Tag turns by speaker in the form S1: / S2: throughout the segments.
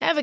S1: Ever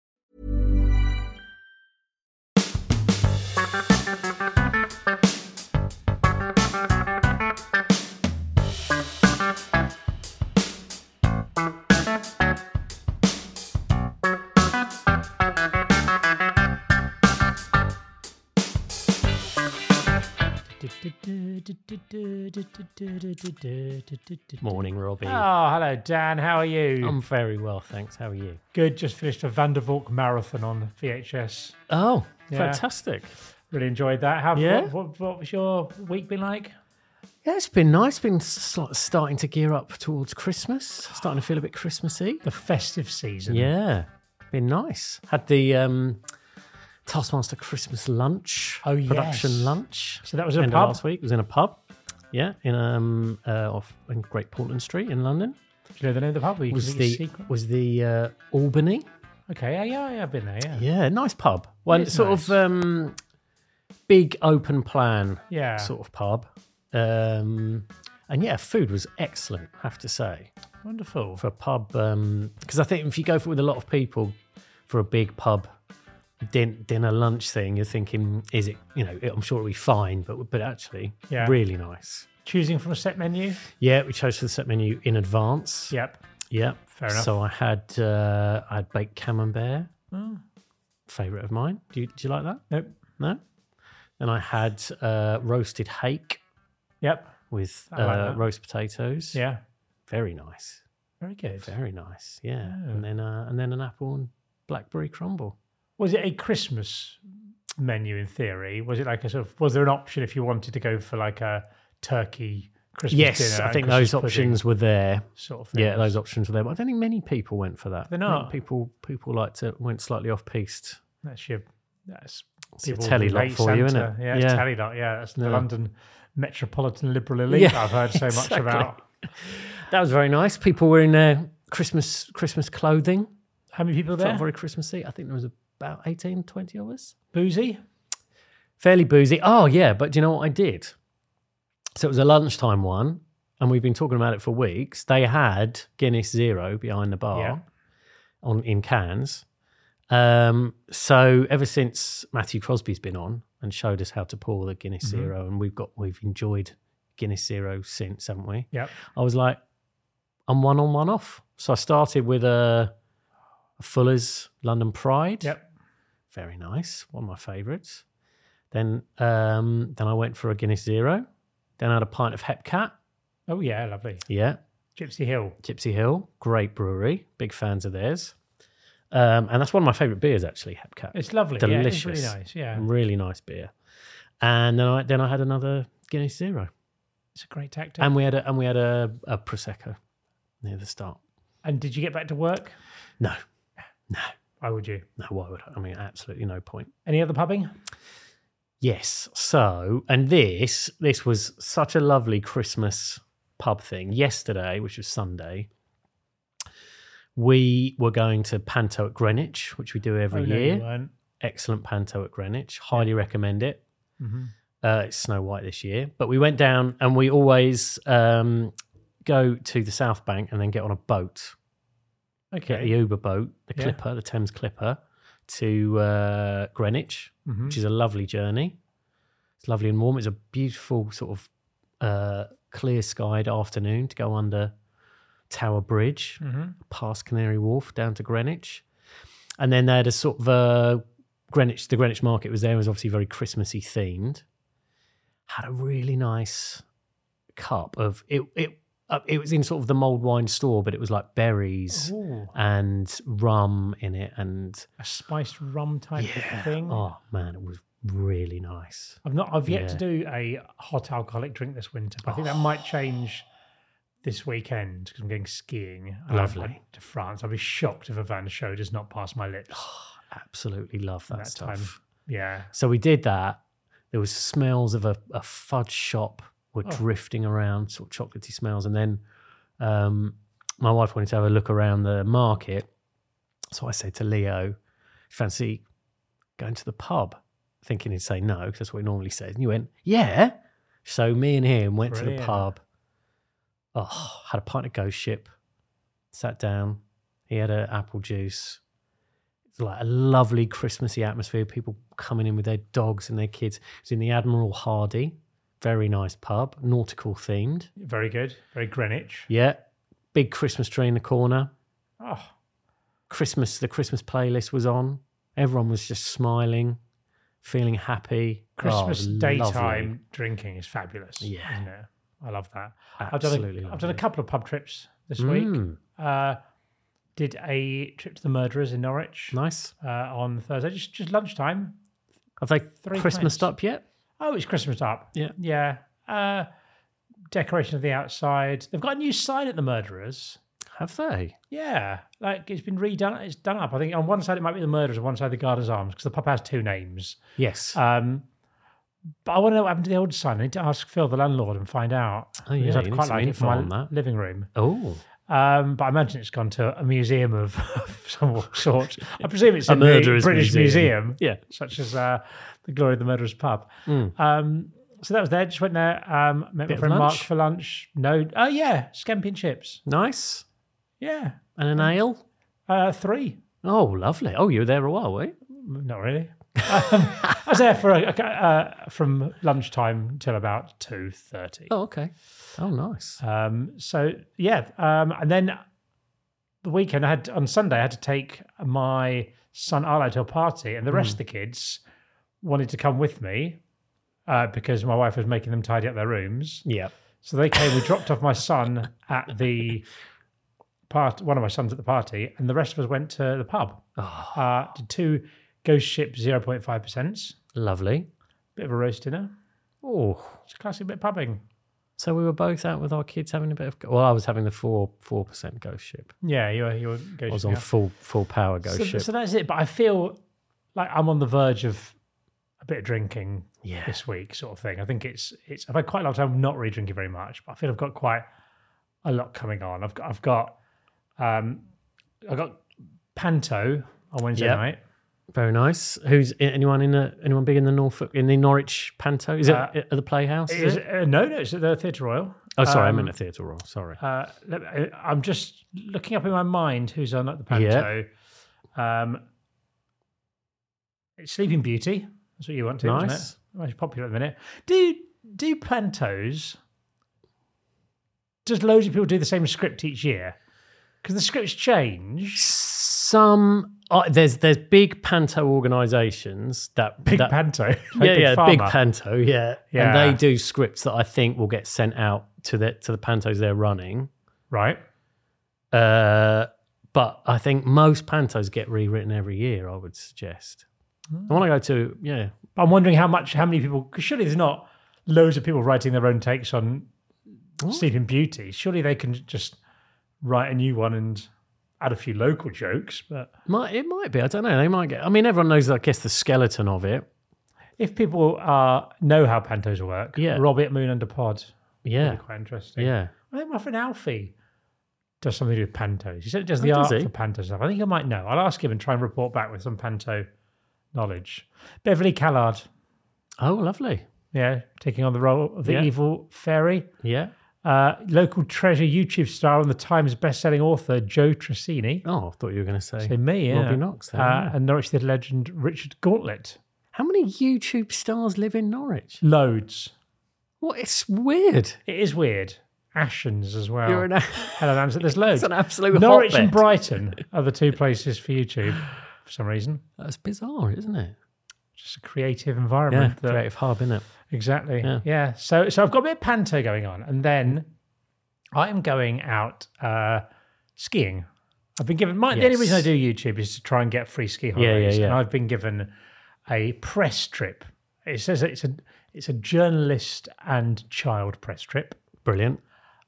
S2: Morning, Robbie.
S3: Oh, hello, Dan. How are you?
S2: I'm very well, thanks. How are you?
S3: good. Just finished a Vandervoort marathon on VHS.
S2: Oh,
S3: Yeah.
S2: fantastic.
S3: Really enjoyed that. How,
S2: Yeah?
S3: What, what, what was your week been like?
S2: Yeah, it's been nice. Been sl- starting to gear up towards Christmas. Starting to feel a bit Christmassy.
S3: The festive season.
S2: Yeah, been nice. Had the um, Taskmaster Christmas lunch.
S3: Oh, yes.
S2: Production lunch.
S3: So that was in a
S2: End of
S3: pub?
S2: uh, last week. It was in a pub. Yeah, in um, uh, off in Great Portland Street in London.
S3: Do you know the name of the pub? Or you
S2: Was
S3: can keep it
S2: the
S3: secret?
S2: was the uh, Albany.
S3: Okay, yeah, yeah, yeah, I've been there, yeah.
S2: Yeah, nice pub. Well,
S3: is
S2: sort
S3: nice.
S2: of um, big open plan
S3: Yeah.
S2: sort of pub. Um, and yeah, food was excellent, I have to say,
S3: Wonderful.
S2: for a pub. Because I think if you go for with a lot of people for a big pub din- dinner lunch thing, you're thinking, is it, you know, I'm sure it'll be fine, but, but actually,
S3: Yeah.
S2: really nice.
S3: Choosing from a set menu?
S2: Yeah, we chose for the set menu in advance.
S3: Yep.
S2: Yeah,
S3: Fair enough.
S2: So I had uh, I had baked camembert, favorite of mine. Do you, do you like that?
S3: Nope.
S2: No. Then I had uh, roasted hake
S3: Yep.
S2: with
S3: I like
S2: uh,
S3: that.
S2: roast potatoes.
S3: Yeah.
S2: very nice,
S3: Very good. Oh.
S2: very nice. Yeah, and then uh, and then an apple and blackberry crumble.
S3: Was it a Christmas menu in theory? Was it like a sort of, was there an option if you wanted to go for like a turkey Christmas
S2: yes,
S3: dinner?
S2: I
S3: and
S2: think
S3: Christmas
S2: those
S3: pudding
S2: options were there.
S3: Sort of thing.
S2: Yeah, those options were there, but I don't think many people went for that.
S3: They're
S2: I think
S3: not.
S2: people people like to went slightly off piste.
S3: That's your that's
S2: It's a telly lot
S3: relate
S2: for you, isn't
S3: Santa.
S2: it?
S3: Yeah, it's
S2: Yeah.
S3: telly lot. Yeah, that's the
S2: Yeah.
S3: London metropolitan liberal elite. I've heard so
S2: exactly.
S3: much about.
S2: That was very nice. People were in their Christmas Christmas clothing.
S3: How many people there?
S2: Felt very Christmassy. I think there was about 18, 20 of us.
S3: Boozy.
S2: fairly boozy. Oh yeah, but do you know what I did? So it was a lunchtime one, and we've been talking about it for weeks. They had Guinness Zero behind the bar
S3: Yeah.
S2: on in cans. Um, so ever since Matthew Crosby's been on and showed us how to pour the Guinness
S3: Mm-hmm.
S2: Zero, and we've got we've enjoyed Guinness Zero since, haven't we?
S3: Yep.
S2: I was like, I'm one on, one off. So I started with a, a Fuller's London Pride
S3: Yep.
S2: very nice, one of my favourites. Then um, then I went for a Guinness Zero. Then I had a pint of Hepcat.
S3: Oh yeah, lovely.
S2: Yeah,
S3: Gypsy Hill.
S2: Gypsy Hill, great brewery, big fans of theirs. Um, and that's one of my favourite beers actually, Hepcat.
S3: It's lovely.
S2: delicious, Mm.
S3: Yeah, it's really nice. Yeah,
S2: really nice beer. And then I then I had another Guinness Zero,
S3: it's a great tactic.
S2: and
S3: And,
S2: we had a, and we had a, a prosecco near the start.
S3: did you get back to work?
S2: No,
S3: Why would you?
S2: no, why would I? I mean, absolutely no point.
S3: Any other pubbing?
S2: Yes. So, and this this was such a lovely Christmas pub thing yesterday, which was Sunday. We were going to Panto at Greenwich, which we do every
S3: oh, no, you
S2: year.
S3: weren't.
S2: Excellent Panto at Greenwich. Highly recommend it.
S3: Mhm.
S2: Uh, it's Snow White this year, but we went down and we always um, go to the South Bank and then get on a boat get
S3: Okay.
S2: the Uber boat, the
S3: Yeah.
S2: Clipper, the Thames Clipper, to uh, Greenwich,
S3: Mhm.
S2: which is a lovely journey. It's lovely and warm. It's a beautiful sort of uh, clear skied afternoon to
S3: Mm. Mm-hmm.
S2: go under Tower Bridge, past Canary Wharf, down to Greenwich. And then they had a sort of uh, Greenwich. The Greenwich Market was there. It was obviously very Christmassy themed. Had a really nice cup of it. It uh, it was in sort of the mulled wine store, but it was like berries
S3: Ooh,
S2: and rum in it. And
S3: a spiced rum type
S2: yeah,
S3: of thing.
S2: oh man, it was really nice.
S3: I've not. I've yet
S2: Yeah. Oh.
S3: to do a hot alcoholic drink this winter. But I think that might change this weekend because I'm going skiing. and I'm
S2: Lovely.
S3: going to France. I'd be shocked if a van show does not pass my lips
S2: Oh, Absolutely love that,
S3: that
S2: stuff.
S3: time. Yeah.
S2: So we did that. There was smells of a, a fudge shop
S3: Oh.
S2: were drifting around, sort of chocolatey smells. And then um, my wife wanted to have a look around the market. So I said to Leo, fancy going to the pub? Thinking he'd say no, because that's what he normally says. And he went, yeah. So me and him went to
S3: Brilliant.
S2: the pub. Oh, had a pint of ghost ship, sat down. He had an apple juice. It's like a lovely Christmassy atmosphere. People coming in with their dogs and their kids. It's in the Admiral Hardy, very nice pub, nautical themed.
S3: Very good. Very Greenwich.
S2: Yeah, big Christmas tree in the corner.
S3: Oh,
S2: Christmas, the Christmas playlist was on. Everyone was just smiling, feeling happy. Oh, it
S3: Christmas
S2: was lovely.
S3: daytime drinking is fabulous.
S2: Yeah.
S3: Isn't it? I love that. I've
S2: Absolutely
S3: done a, I've done a
S2: lovely.
S3: couple of pub trips this week.
S2: Mm,
S3: Uh, did a trip to the Murderers in Norwich
S2: nice.
S3: uh, on Thursday, just just lunchtime.
S2: Have they
S3: Three
S2: Christmased
S3: pints.
S2: up yet?
S3: Oh, it's Christmas up.
S2: Yeah.
S3: Yeah. Uh, decoration of the outside. They've got a new sign at the Murderers.
S2: Have they?
S3: Yeah. Like it's been redone. It's done up. I think on one side it might be the Murderers, on one side the Gardeners Arms, because the pub has two names.
S2: Yes.
S3: Um, but I want to know what happened to the old sign. I need to ask Phil, the landlord, and find out.
S2: Oh,
S3: Because
S2: yeah,
S3: I'd
S2: you need
S3: quite
S2: some
S3: like it
S2: info
S3: for my
S2: on that.
S3: living room.
S2: oh,
S3: Um, but I imagine it's gone to a museum of some sort. I presume it's
S2: A
S3: in the
S2: murderer's
S3: British
S2: museum.
S3: museum
S2: yeah.
S3: such as uh, the glory of the murderer's pub. Um, so that was there. Just went there, um, met
S2: Hmm. Bit
S3: my
S2: of
S3: friend Mark
S2: lunch?
S3: for lunch. No, oh yeah, scampi and chips.
S2: Nice.
S3: Yeah,
S2: And an ale.
S3: uh, three.
S2: Oh, lovely. Oh, you were there a while, were you?
S3: Not really. Um, I was there for a, a- uh, from lunchtime till about two thirty.
S2: Oh, okay. Oh, nice.
S3: Um, so yeah, um, and then the weekend I had on Sunday I had to take my son Arlo to a party, and the
S2: Hmm.
S3: rest of the kids wanted to come with me uh, because my wife was making them tidy up their rooms.
S2: Yeah.
S3: So they came. We dropped off my son at the part. One of my sons at the party, and the rest of us went to the pub.
S2: Oh,
S3: Uh, did two ghost ship zero point five percent.
S2: lovely.
S3: Bit of a roast dinner.
S2: Oh,
S3: It's a classic bit of pubbing.
S2: so we were both out with our kids having a bit of. Well, I was having the four four percent ghost ship.
S3: Yeah, you were you were ghost
S2: I was
S3: shipping
S2: on
S3: up.
S2: full full power ghost
S3: so,
S2: ship.
S3: so that's it. But I feel like I'm on the verge of a bit of drinking
S2: yeah,
S3: this week, sort of thing. I think it's it's. I've had quite a lot of time not really drinking very much, but I feel I've got quite a lot coming on. I've got I've got um I've got Panto on Wednesday
S2: Yep.
S3: night.
S2: very nice. Who's anyone in the anyone big in the Norfolk in the Norwich Panto? Is it
S3: Uh,
S2: at the Playhouse?
S3: Is
S2: Is it?
S3: it- uh, no, no, it's at the Theatre Royal.
S2: Oh, sorry,
S3: um,
S2: I'm in a theatre roll. Sorry.
S3: Uh, let me- I'm just looking up in my mind who's on at the Panto. Um, it's Sleeping Beauty. That's what you want to,
S2: Nice.
S3: isn't it? Most popular at the minute. Do do Pantos? Does loads of people do the same script each year? Because the scripts change.
S2: Some oh, there's there's big Panto organisations that
S3: Big
S2: that,
S3: Panto. like
S2: yeah, yeah, big
S3: Pharma.
S2: panto, yeah.
S3: Yeah.
S2: And they do scripts that I think will get sent out to the to the pantos they're running.
S3: Right.
S2: Uh, but I think most pantos get rewritten every year. I would suggest. I want to go to yeah.
S3: But I'm wondering how much, how many people, because surely there's not loads of people writing their own takes on Sleeping Beauty. Surely they can just write a new one and add a few local jokes. But
S2: Might it might be? I don't know. They might get. I mean, everyone knows. I guess the skeleton of it.
S3: if people uh, know how pantos work,
S2: Yeah.
S3: Robert Moon under Pod would
S2: Yeah,
S3: be quite interesting.
S2: yeah.
S3: I think my friend Alfie does something with pantos. He said it does
S2: Oh,
S3: the
S2: does
S3: art
S2: he?
S3: for panto stuff. I think I might know. I'll ask him and try and report back with some panto knowledge. Beverly Callard,
S2: Oh, lovely.
S3: yeah, taking on the role of the
S2: Yeah.
S3: evil fairy.
S2: Yeah.
S3: uh, local treasure YouTube star and the Times best-selling author Joe Tressini.
S2: Oh, I thought you were going to say.
S3: So me, yeah.
S2: Robbie Knox then,
S3: uh,
S2: yeah.
S3: and Norwich Theatre legend Richard Gauntlet.
S2: How many YouTube stars live in Norwich?
S3: Loads.
S2: What? It's weird.
S3: It is weird. Ashens as well.
S2: You're an.
S3: Helen Anderson. There's loads.
S2: It's an absolute
S3: Norwich
S2: hotbed.
S3: and Brighton are the two places for YouTube for some reason.
S2: That's bizarre, isn't it?
S3: Just a creative
S2: Yeah,
S3: environment. that-
S2: creative hub, isn't it?
S3: Exactly.
S2: Yeah.
S3: Yeah. So so I've got a bit of panto going on, and then I am going out uh, skiing. I've been given my the only reason I
S2: Yes.
S3: do YouTube is to try and get free ski
S2: yeah,
S3: holidays, and
S2: yeah.
S3: I've been given a press trip. It says it's a it's a journalist and child press trip
S2: Brilliant.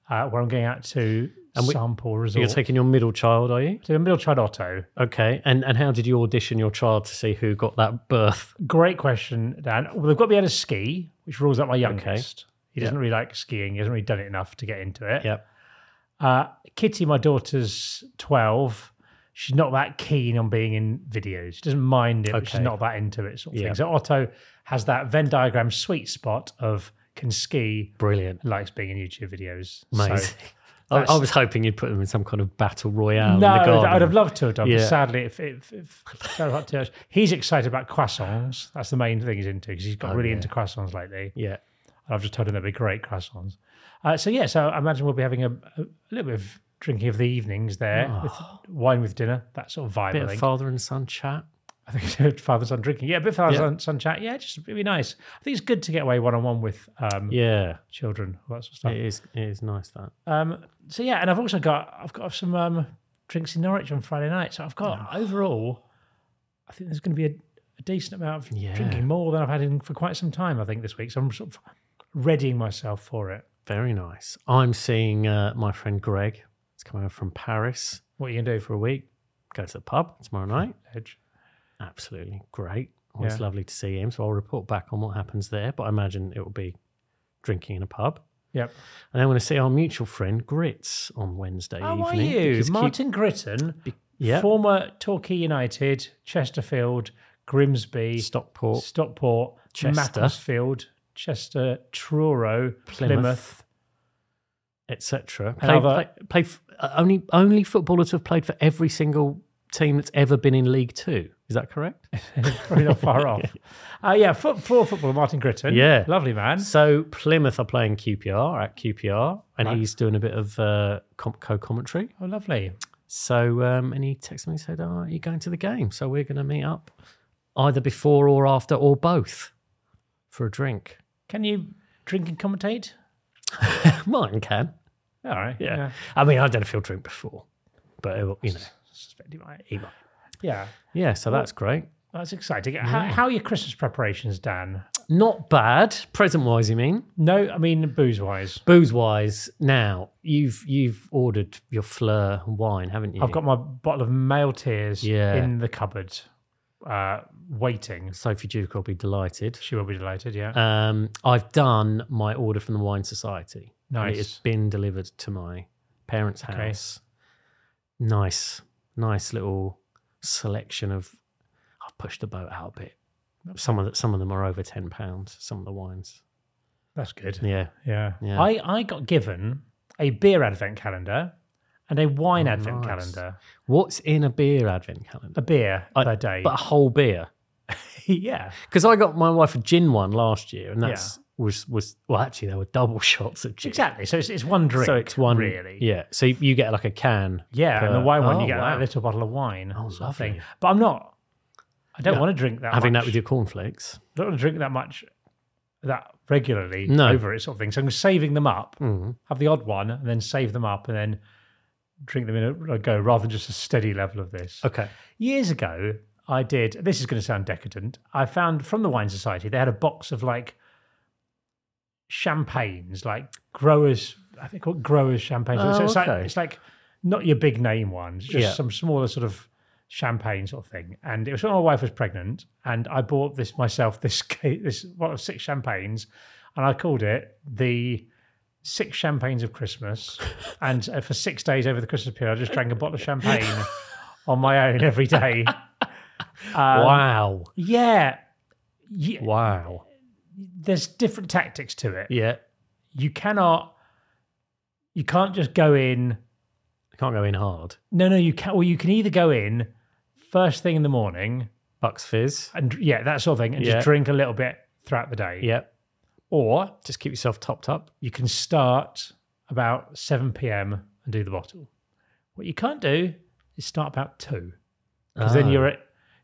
S3: uh, where I'm going out to
S2: And we-
S3: Sample
S2: So you're
S3: Resort.
S2: taking your middle child, are you?
S3: to the middle child Otto.
S2: Okay. And and how did you audition your child to see who got that berth?
S3: Great question, Dan. Well, they've got to be able to ski, which rules out my youngest. He doesn't
S2: Yeah.
S3: really like skiing. He hasn't really done it enough to get into it.
S2: Yep.
S3: Uh, Kitty, my daughter's 12. She's not that keen on being in videos. She doesn't mind it, but she's
S2: Okay.
S3: not that into it sort of
S2: Yeah.
S3: thing. So Otto has that Venn diagram sweet spot of can ski,
S2: Brilliant.
S3: likes being in YouTube videos.
S2: Amazing.
S3: So,
S2: I, I
S3: that's-
S2: was hoping you'd put them in some kind of battle
S3: no,
S2: royale. in the
S3: I'd
S2: garden.
S3: have loved to have done,
S2: Yeah.
S3: but sadly, if, if, if, fell hot to us. he's excited about croissants, that's the main thing he's into because he's got
S2: Oh,
S3: really into croissants lately.
S2: Yeah.
S3: And I've just told him they'd be great croissants. Uh, so yeah, so I imagine we'll be having a, a little bit of drinking of the evenings there, with wine with dinner, that sort of vibe.
S2: Ah. Bit
S3: I
S2: of
S3: think.
S2: father and son chat.
S3: I think father and son drinking. Yeah, a bit of father
S2: Yeah.
S3: and son chat. Yeah, just it'd be nice. I think it's good to get away one on one with um,
S2: Yeah.
S3: children, all that sort of stuff.
S2: It is it is nice that.
S3: Um, so yeah, and I've also got I've got some um, drinks in Norwich on Friday night. So I've got overall, I think there's going to be a, a decent amount of
S2: Yeah.
S3: drinking, more than I've had in for quite some time. I think this week, so I'm sort of readying myself for it.
S2: Very nice. I'm seeing uh, my friend Greg. He's coming over from Paris
S3: What are you gonna do
S2: for a week. Go to the pub tomorrow night.
S3: Edge?
S2: Absolutely great. Always
S3: Yeah.
S2: lovely to see him. So I'll report back on what happens there. But I imagine it will be drinking in a pub.
S3: Yep.
S2: And then I'm going to see our mutual friend Grits on Wednesday
S3: How are
S2: evening.
S3: you,
S2: because Q-
S3: Martin Gritton,
S2: yeah,
S3: former Torquay United, Chesterfield, Grimsby,
S2: Stockport,
S3: Stockport,
S2: Chester.
S3: Macclesfield, Chester, Truro,
S2: Plymouth.
S3: Plymouth.
S2: etc.
S3: And
S2: Played, play,
S3: other-
S2: played f- uh, only only footballers have played for every single team that's ever been in League Two. Is that correct?
S3: Probably not far off. Uh, yeah, foot, floor football, Martin Gritton.
S2: Yeah.
S3: Lovely man.
S2: so Plymouth are playing QPR at QPR, and he's doing a bit of uh, com- co-commentary.
S3: Oh, lovely.
S2: So, um, and he texted me and said, oh, Are you going to the game? So, we're going to meet up either before or after or both for a drink.
S3: Can you drink and commentate?
S2: Martin can.
S3: All right.
S2: Yeah. I mean, I don't know if he'll drink before, but he'll, you know,
S3: Suspect you might.
S2: he might.
S3: Yeah.
S2: Yeah, so that's great.
S3: That's exciting. How, how are your Christmas preparations, Dan?
S2: Not bad, present wise, you mean?
S3: No, I mean, booze wise.
S2: Booze wise, now you've you've ordered your fleur wine, haven't you?
S3: I've got my bottle of male tears
S2: Yeah.
S3: in the cupboard, uh, waiting.
S2: Sophie Duke will be delighted.
S3: She will be delighted. Yeah.
S2: Um, I've done my order from the Wine Society. and It has
S3: Nice.
S2: been delivered to my parents'
S3: Okay.
S2: house. Nice, nice little selection of. I've pushed the boat out a bit. Some of the, some of them are over ten pounds. Some of the wines.
S3: That's good.
S2: Yeah.
S3: Yeah.
S2: Yeah.
S3: I, I got given a beer advent calendar and a wine
S2: Oh,
S3: advent
S2: nice.
S3: calendar.
S2: What's in a beer advent
S3: A
S2: calendar?
S3: beer
S2: I-
S3: per day.
S2: But a whole beer.
S3: yeah.
S2: Because I got my wife a gin one last year, and
S3: Yeah.
S2: that's was was well actually there were double shots of gin.
S3: Exactly. So it's, it's one drink.
S2: So it's one
S3: really.
S2: Yeah. So you- you get like a can.
S3: Yeah, and the
S2: per-
S3: wine one,
S2: Oh,
S3: you get
S2: wow.
S3: that little bottle of wine.
S2: Oh,
S3: sort of thing.
S2: lovely.
S3: But I'm not. I don't
S2: No,
S3: want to drink that.
S2: having
S3: much.
S2: that with your cornflakes.
S3: I don't want to drink that much, that regularly
S2: No.
S3: over it sort of thing. So I'm saving them up.
S2: Mm.
S3: Have the odd one, and then save them up, and then drink them in a, a go, rather than just a steady level of this.
S2: Okay.
S3: Years ago, I did. This is going to sound decadent. I found from the Wine Society they had a box of like champagnes, like growers. I think called growers champagne. So
S2: Oh,
S3: it's,
S2: okay.
S3: like, it's like not your big name ones, just
S2: Yeah.
S3: some smaller sort of champagne sort of thing. And it was when my wife was pregnant, and I bought this myself. This ca- this what well, six champagnes, and I called it the six champagnes of Christmas. and uh, for six days over the Christmas period, I just drank a bottle of champagne on my own every day. Um,
S2: wow.
S3: Yeah. Ye-
S2: Wow.
S3: There's different tactics to it.
S2: Yeah.
S3: You cannot, you can't just go in.
S2: Can't go in hard.
S3: No, no, you can. Well, you can either go in first thing in the morning
S2: Bucks fizz.
S3: and yeah, that sort of thing, and
S2: Yeah.
S3: just drink a little bit throughout the day.
S2: Yeah.
S3: Or
S2: Just keep yourself topped up.
S3: you can start about 7 p.m. and do the bottle. What you can't do is start about 2 because then
S2: Ah.
S3: you're at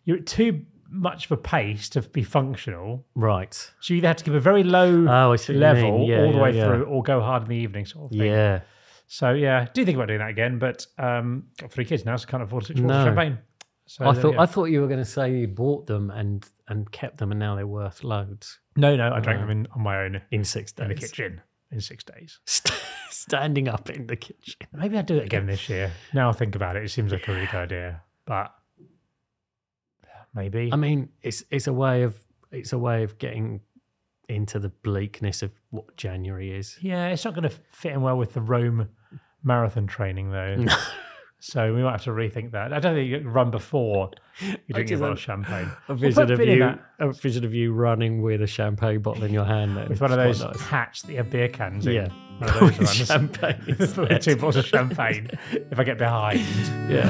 S3: you're at too much of a pace to be functional.
S2: Right.
S3: So you either have to keep a very low
S2: Oh, I see what you
S3: level
S2: mean. Yeah,
S3: all the
S2: yeah,
S3: way
S2: yeah.
S3: through, or go hard in the evening, sort of thing.
S2: Yeah.
S3: So yeah, do think about doing that again, but um, got three kids now, so can't afford six bottles of
S2: No.
S3: champagne. So uh,
S2: I
S3: there
S2: thought
S3: you go.
S2: I thought you were going to say you bought them and and kept them, and now they're worth loads
S3: no, no, I drank them in, on my own
S2: in six days.
S3: in the kitchen in six days.
S2: St- Standing up in the kitchen.
S3: Maybe I'll do it again this year. Now I think about it, it seems like a really good idea, but maybe.
S2: I mean, it's it's a way of it's a way of getting into the bleakness of what January is.
S3: yeah, it's not going to fit in well with the Rome marathon training though. So we might have to rethink that. I don't think you run before you drink a
S2: just
S3: bottle
S2: had
S3: of champagne.
S2: A
S3: We'll put
S2: vision of
S3: bit in
S2: you,
S3: that
S2: a vision of you running with a champagne bottle in your hand. Then.
S3: with one of
S2: It's
S3: those
S2: quite nice.
S3: hats that you have beer cans in.
S2: Yeah.
S3: One of those
S2: With
S3: ones.
S2: champagne
S3: With
S2: instead.
S3: two bottles of champagne if I get behind.
S2: Yeah.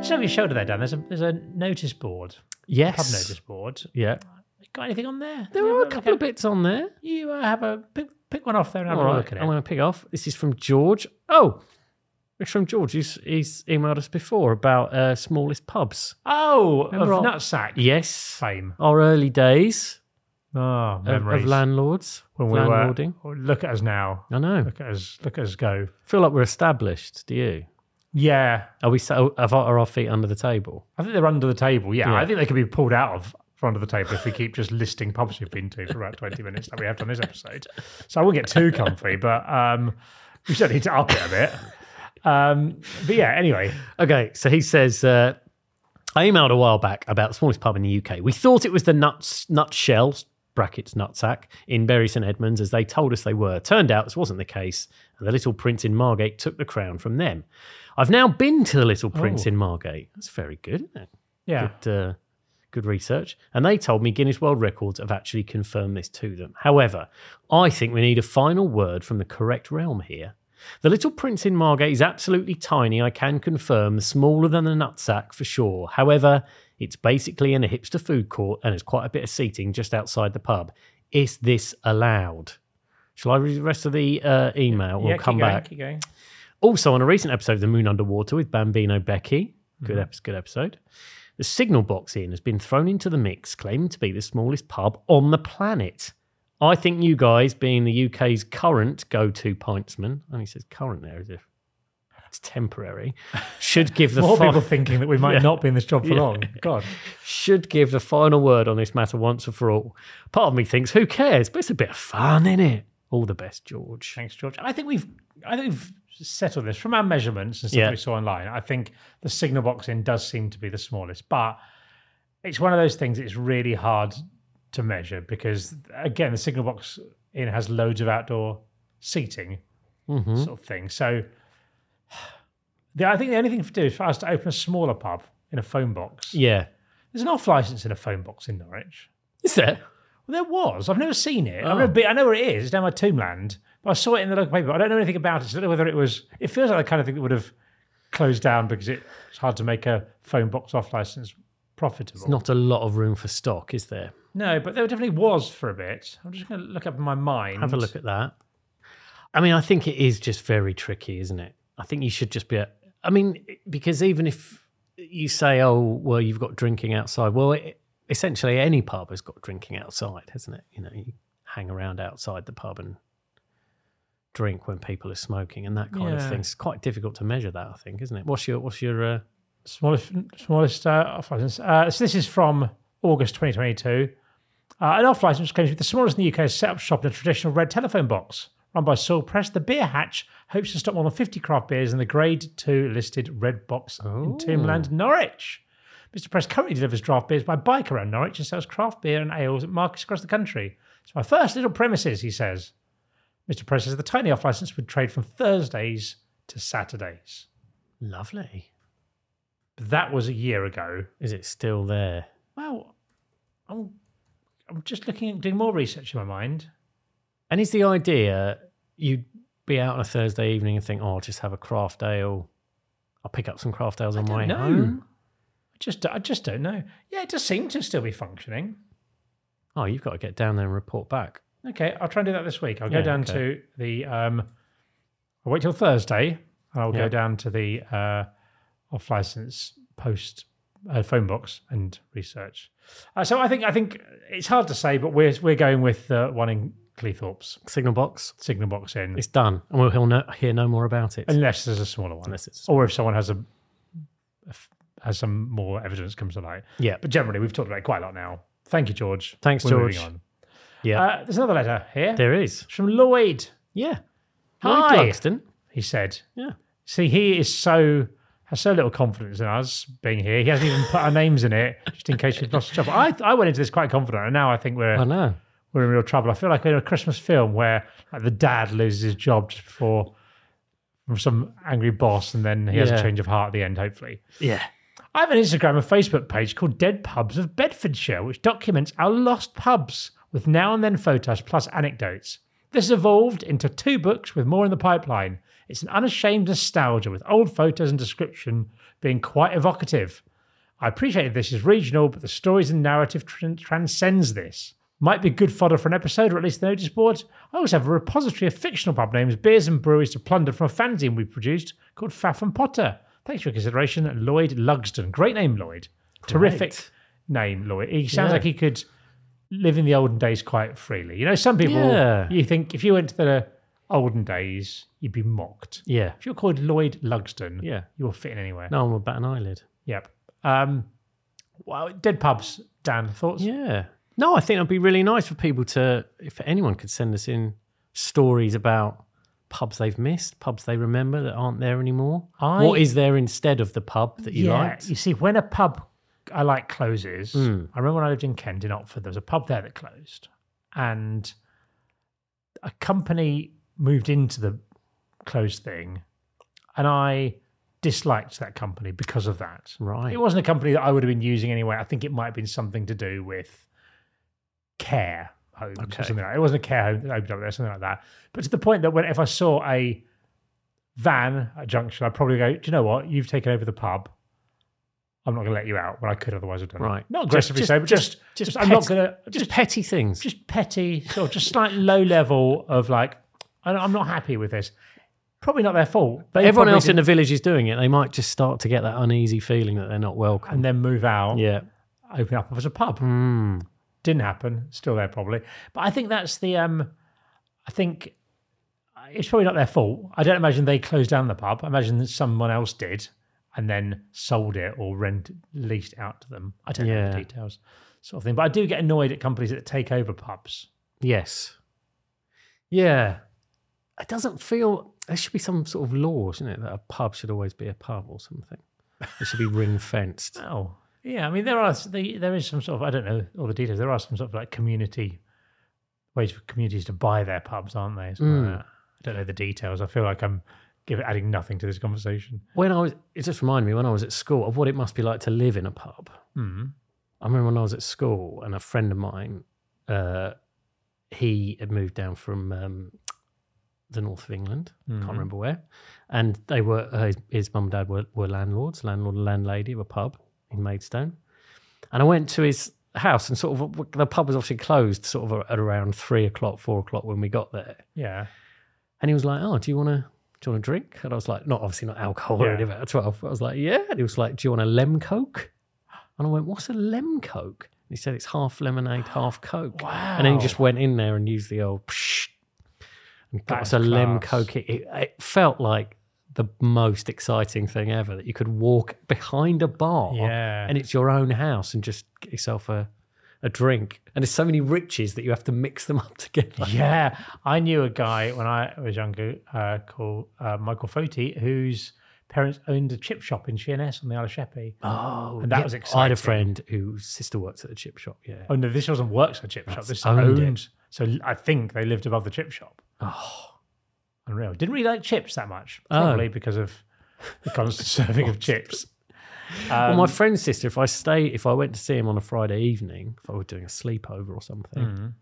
S3: Just over your shoulder there, Dan. There's a there's a notice board.
S2: Yes.
S3: Pub notice board.
S2: Yeah.
S3: Got anything on there?
S2: There
S3: Have
S2: are a
S3: look
S2: couple of
S3: at-
S2: bits on there.
S3: You uh, have a pick, pick one off there and have
S2: All
S3: a
S2: right,
S3: look at it.
S2: I'm going to pick it off. This is from George. Oh, it's from George. He's, he's emailed us before about uh, smallest pubs.
S3: Oh, of
S2: Remember our-
S3: nutsack
S2: Yes, Ah,
S3: fame.
S2: our early days
S3: Oh,
S2: of,
S3: memories
S2: of landlords,
S3: when we
S2: landlording.
S3: were. Look at us now.
S2: I know.
S3: Look at us. Look at us go.
S2: Feel like we're established. Do you?
S3: Yeah,
S2: Are we? So, have our- are our feet under the table?
S3: I think they're under the table. Yeah,
S2: Yeah.
S3: I think they could be pulled out of from under the table if we keep just listing pubs we've been to for about 20 minutes like we have done this episode. So I won't get too comfy, but um, we still need to up it a bit. Um, but yeah, anyway,
S2: Okay, so he says, uh, I emailed a while back about the smallest pub in the UK. We thought it was the nuts, Nutshell, brackets Nutsack, in Bury St Edmunds, as they told us they were. Turned out this wasn't the case, and the Little Prince in Margate took the crown from them. I've now been to the Little Prince
S3: Oh.
S2: in Margate. That's very good, isn't it?
S3: yeah.
S2: good, uh, good research. And they told me Guinness World Records have actually confirmed this to them. However, I think we need a final word from the correct realm here. The Little Prince in Margate is absolutely tiny, I can confirm, smaller than a nutsack for sure. However, it's basically in a hipster food court and there's quite a bit of seating just outside the pub. Is this allowed? Shall I read the rest of the uh, email?
S3: yeah,
S2: we'll
S3: keep
S2: come
S3: going,
S2: back.
S3: Keep going.
S2: Also, on a recent episode of The Moon Underwater with Bambino Becky, good,
S3: Mm-hmm.
S2: ep- good episode, the signal box in has been thrown into the mix, claiming to be the smallest pub on the planet. I think you guys, being the UK's current go to pintsman, and he says current there as if it's temporary, should give the
S3: More
S2: fi-
S3: people thinking that we might
S2: Yeah.
S3: not be in this job for
S2: Yeah.
S3: long. God.
S2: should give the final word on this matter once and for all. Part of me thinks, who cares? But it's a bit of fun, innit? All the best, George.
S3: Thanks, George. I think we've I think we've settled this from our measurements and stuff
S2: Yeah.
S3: we saw online. I think the signal box in does seem to be the smallest, but it's one of those things it's really hard to measure because again, the signal box in has
S2: Mm-hmm.
S3: loads of outdoor seating sort of thing. So The, I think the only thing to do is for us to open a smaller pub in a phone box.
S2: Yeah.
S3: There's an off license in a phone box in Norwich.
S2: Is there?
S3: Well, there was. I've never seen it.
S2: Oh.
S3: I've never been, I know where it is. It's down by Tombland. But I saw it in the local paper. I don't know anything about it. So I don't know whether it was. It feels like the kind of thing that would have closed down because it's hard to make a phone box off license profitable.
S2: It's not a lot of room for stock, is there?
S3: No, but there definitely was for a bit. I'm just going to look up in my mind.
S2: Have a look at that. I mean, I think it is just very tricky, isn't it? I think you should just be. A, I mean, because even if you say, "Oh, well, you've got drinking outside," well, it, essentially any pub has got drinking outside, hasn't it? You know, you hang around outside the pub and drink when people are smoking and that kind of
S3: Yeah.
S2: thing. It's quite difficult to measure that, I think, isn't it? What's your what's your uh,
S3: smallest smallest uh, off license. Uh, so this is from August 2022. Uh, an off license claims to be the smallest in the UK set up shop in a traditional red telephone box run by Saul Press. The beer hatch hopes to stock more than 50 craft beers in the Grade Two listed red box in Timland, Norwich. Mr. Press currently delivers draft beers by bike around Norwich and sells craft beer and ales at markets across the country. It's my first little premises, he says. Mr. Press says the tiny off license would trade from Thursdays to Saturdays.
S2: lovely?
S3: But that was a year ago.
S2: Is it still there?
S3: Well, I'm, I'm just looking at doing more research in my mind.
S2: And is the idea you'd be out on a Thursday evening and think, oh, I'll just have a craft ale. I'll pick up some craft ales on my
S3: no,
S2: home.
S3: I just I just don't know. Yeah, it does seem to still be functioning.
S2: Oh, you've got to get down there and report back.
S3: Okay, I'll try and do that this week. I'll
S2: Yeah,
S3: go down
S2: okay.
S3: to the um, I'll wait till Thursday, and I'll
S2: Yeah.
S3: go down to the uh, off license post uh, phone box and research. Uh, so I think I think it's hard to say, but we're we're going with uh, one in Cleethorpes
S2: Signal box.
S3: signal box in,
S2: It's done, and we'll he'll no, hear no more about it.
S3: unless there's a smaller one.
S2: Unless it's
S3: or if someone has a if- has some more evidence comes to light.
S2: yeah,
S3: But generally, we've talked about it quite a lot now. Thank you, George.
S2: Thanks,
S3: We're moving
S2: George.
S3: on.
S2: yeah.
S3: Uh, there's another letter here.
S2: there is.
S3: It's from Lloyd.
S2: Yeah.
S3: Hi.
S2: Lloyd Glugston.
S3: He said,
S2: Yeah.
S3: "See, he is so." Has so little confidence in us being here. He hasn't even put our names in it, just in case we've lost the job. I, I went into this quite confident, and now I think we're
S2: I know.
S3: we're in real trouble. I feel like we're in a Christmas film where like, the dad loses his job just before from some angry boss, and then he has
S2: Yeah.
S3: a change of heart at the end. Hopefully,
S2: Yeah.
S3: I have an Instagram and Facebook page called Dead Pubs of Bedfordshire, which documents our lost pubs with now and then photos plus anecdotes. This has evolved into two books with more in the pipeline. It's an unashamed nostalgia with old photos and description being quite evocative. I appreciate that this is regional, but the stories and narrative tran transcends this. Might be good fodder for an episode, or at least the notice board. I also have a repository of fictional pub names, beers, and breweries to plunder from a fanzine we produced called Faff and Potter. Thanks for your consideration, Lloyd Lugston. Great name, Lloyd. Terrific name, Lloyd. He sounds
S2: Yeah.
S3: like he could live in the olden days quite freely. You know, some people,
S2: Yeah.
S3: you think if you went to the olden days, you'd be mocked.
S2: Yeah.
S3: If you're called Lloyd Lugston,
S2: Yeah.
S3: you'll fit in anywhere.
S2: No one would bat an eyelid.
S3: Yep. Um, well, dead pubs. Dan, thoughts?
S2: Yeah. No, I think it'd be really nice for people to, if anyone could send us in stories about pubs they've missed, pubs they remember that aren't there anymore.
S3: I-
S2: What is there instead of the pub that you
S3: Yeah,
S2: liked?
S3: You see, when a pub I like closes,
S2: Hmm.
S3: I remember when I lived in Kent in Oxford, there was a pub there that closed, and a company moved into the closed thing, and I disliked that company because of that.
S2: Right.
S3: It wasn't a company that I would have been using anyway. I think it might have been something to do with care homes
S2: Okay.
S3: or something like that. It wasn't a care home that opened up there, something like that. But to the point that when if I saw a van at junction, I'd probably go, Do you know what? You've taken over the pub. I'm not gonna let you out when I could otherwise have done
S2: Right.
S3: it. Not
S2: Just-
S3: aggressively
S2: just-
S3: so, but just just, I'm not
S2: pet-
S3: gonna
S2: just petty things.
S3: just petty, sort of just slight low level of like I don't- I'm not happy with this. Probably not their fault. They
S2: Everyone
S3: probably
S2: else in
S3: didn't-
S2: the village is doing it. They might just start to get that uneasy feeling that they're not welcome.
S3: and then move out.
S2: yeah.
S3: open up as a pub. Didn't happen. Still there probably. But I think that's the. Um, I think it's probably not their fault. I don't imagine they closed down the pub. I imagine that someone else did and then sold it or rent leased it out to them. I don't know
S2: Yeah.
S3: the details, sort of thing. But I do get annoyed at companies that take over pubs.
S2: Yes. Yeah. It doesn't feel. There should be some sort of law, shouldn't it? That a pub should always be a pub or something. It should be ring fenced.
S3: Oh, yeah. I mean, there are the, there is some sort of I don't know all the details. There are some sort of like community ways for communities to buy their pubs, aren't they? Something like that. I don't know the details. I feel like I'm give adding nothing to this conversation.
S2: When I was, it just reminded me when I was at school of what it must be like to live in a pub.
S3: Hmm.
S2: I remember when I was at school and a friend of mine, uh, he had moved down from um, the north of England, can't remember where, and they were uh, his, his mum and dad were, were landlords, landlord and landlady of a pub in Maidstone, and I went to his house and sort of the pub was obviously closed sort of at around three o'clock, four o'clock when we got there,
S3: Yeah.
S2: and he was like, "Oh, do you want to do you want a drink?" And I was like, "Not obviously not alcohol or
S3: Yeah.
S2: anything." At twelve, I was like, "Yeah." And he was like, "Do you want a lem coke?" And I went, "What's a lem coke?" And he said, "It's half lemonade, half coke." And then he just went in there and used the old psh, and got us
S3: That's
S2: a lem
S3: class.
S2: coke. It, it- it felt like the most exciting thing ever that you could walk behind a bar
S3: Yeah.
S2: and it's your own house and just get yourself a a drink. And there's so many riches that you have to mix them up together.
S3: Yeah, I knew a guy when I was younger uh, called uh, Michael Foti, whose parents owned a chip shop in Sheerness on the Isle of Sheppey.
S2: Oh,
S3: And that was
S2: I had a
S3: exciting.
S2: friend whose sister works at the chip shop. Yeah.
S3: Oh no, this wasn't works at a chip shop.
S2: That's
S3: This
S2: owned
S3: owned.
S2: it.
S3: So I think they lived above the chip shop. Unreal. Didn't really like chips that much,
S2: Oh.
S3: probably because of the constant serving of chips.
S2: well, my friend's sister. If I stay, if I went to see him on a Friday evening, if I were doing a sleepover or something,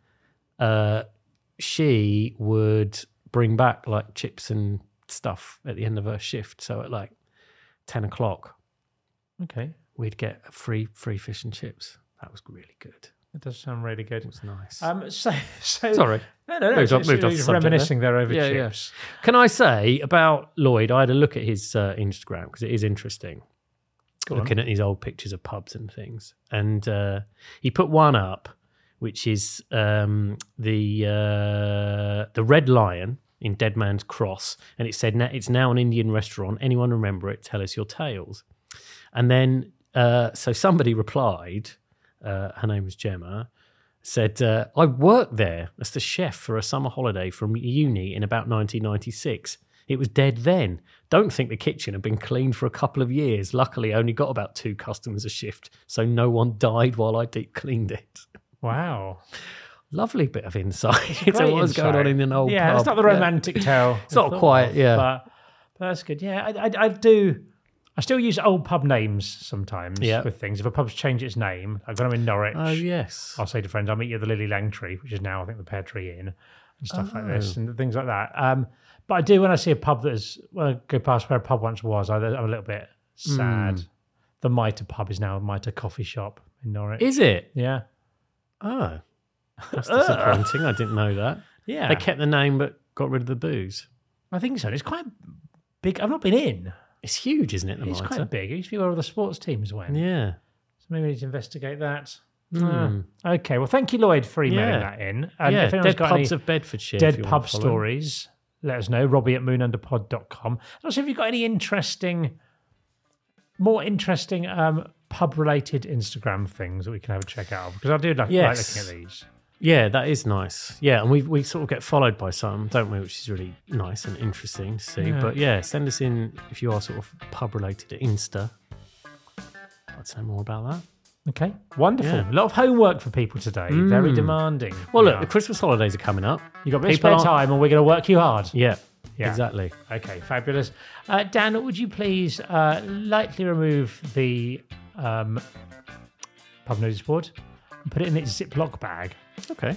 S2: uh, she would bring back like chips and stuff at the end of her shift. So at like ten o'clock,
S3: Okay,
S2: we'd get free free fish and chips. That was really good.
S3: that does sound really
S2: It
S3: good.
S2: was nice.
S3: Um, so, so
S2: Sorry.
S3: No, no, no.
S2: Moved
S3: it's-
S2: on-
S3: it's-
S2: moved off
S3: it's
S2: subject there.
S3: reminiscing there, over
S2: Yeah, yeah.
S3: chips.
S2: Can I say about Lloyd? I had a look at his uh, Instagram because it is interesting. Looking at his old pictures of pubs and things, and uh, he put one up, which is um, the uh, the Red Lion in Dead Man's Cross, and it said "Na- it's now an Indian restaurant. Anyone remember it? Tell us your tales. And then uh, so somebody replied. Uh, her name was Gemma said, uh, I worked there as the chef for a summer holiday from uni in about 1996. It was dead then. Don't think the kitchen had been cleaned for a couple of years. Luckily, I only got about two customers a shift, so no one died while I deep cleaned it.
S3: Wow.
S2: Lovely bit of insight into
S3: Great
S2: what was going on
S3: insight.
S2: in an old
S3: yeah,
S2: pub.
S3: it's not the
S2: Yeah.
S3: romantic tale.
S2: It's not quite, yeah.
S3: But, but that's good. Yeah, I, I, I do. I still use old pub names sometimes
S2: Yeah.
S3: with things. If a pub's changed its name, like when I'm in Norwich,
S2: Oh, yes.
S3: I'll say to friends, I'll meet you at the Lily Lang Tree, which is now, I think, the Pear Tree Inn and stuff like this
S2: Oh.
S3: and things like that. Um, but I do, when I see a pub that is, when I go past where a pub once was, I, I'm a little bit sad.
S2: Mm.
S3: The Mitre pub is now a Mitre coffee shop in Norwich.
S2: Is it?
S3: yeah.
S2: Oh, that's disappointing. I didn't know that.
S3: Yeah.
S2: They kept the name but got rid of the booze.
S3: I think so. It's quite big. I've not been in.
S2: It's huge, isn't it? The
S3: It's
S2: Mitre?
S3: quite big. It used to be where all the sports teams went.
S2: Yeah. Hmm.
S3: So maybe we need to investigate that. Uh, okay. Well, thank you, Lloyd, for emailing
S2: Yeah.
S3: that in. And
S2: yeah.
S3: if anyone's
S2: Dead
S3: got
S2: pubs
S3: any
S2: of Bedfordshire. if
S3: dead
S2: you wanna
S3: pub
S2: follow 'em.
S3: stories, let us know. Robbie at moonunderpod.com. And also, if you've got any interesting, more interesting um, pub related Instagram things that we can have a check out of, because I do like, like
S2: Yes.
S3: looking at these.
S2: Yeah, that is nice. Yeah, and we we sort of get followed by some, don't we? Which is really nice and interesting to see. But yeah, send us in if you are sort of pub related at Insta. I'd say more about that.
S3: Okay. Wonderful.
S2: Yeah. Mm.
S3: A lot of homework for people today. Very demanding.
S2: Well,
S3: Yeah.
S2: look, the Christmas holidays are coming up.
S3: You've got a bit of
S2: people
S3: spare
S2: aren't-
S3: time, and we're going to work you hard.
S2: Yeah,
S3: Yeah.
S2: exactly.
S3: Okay, fabulous. Uh, Dan, would you please uh, lightly remove the um, pub notice board and put it in its Ziploc bag?
S2: Okay.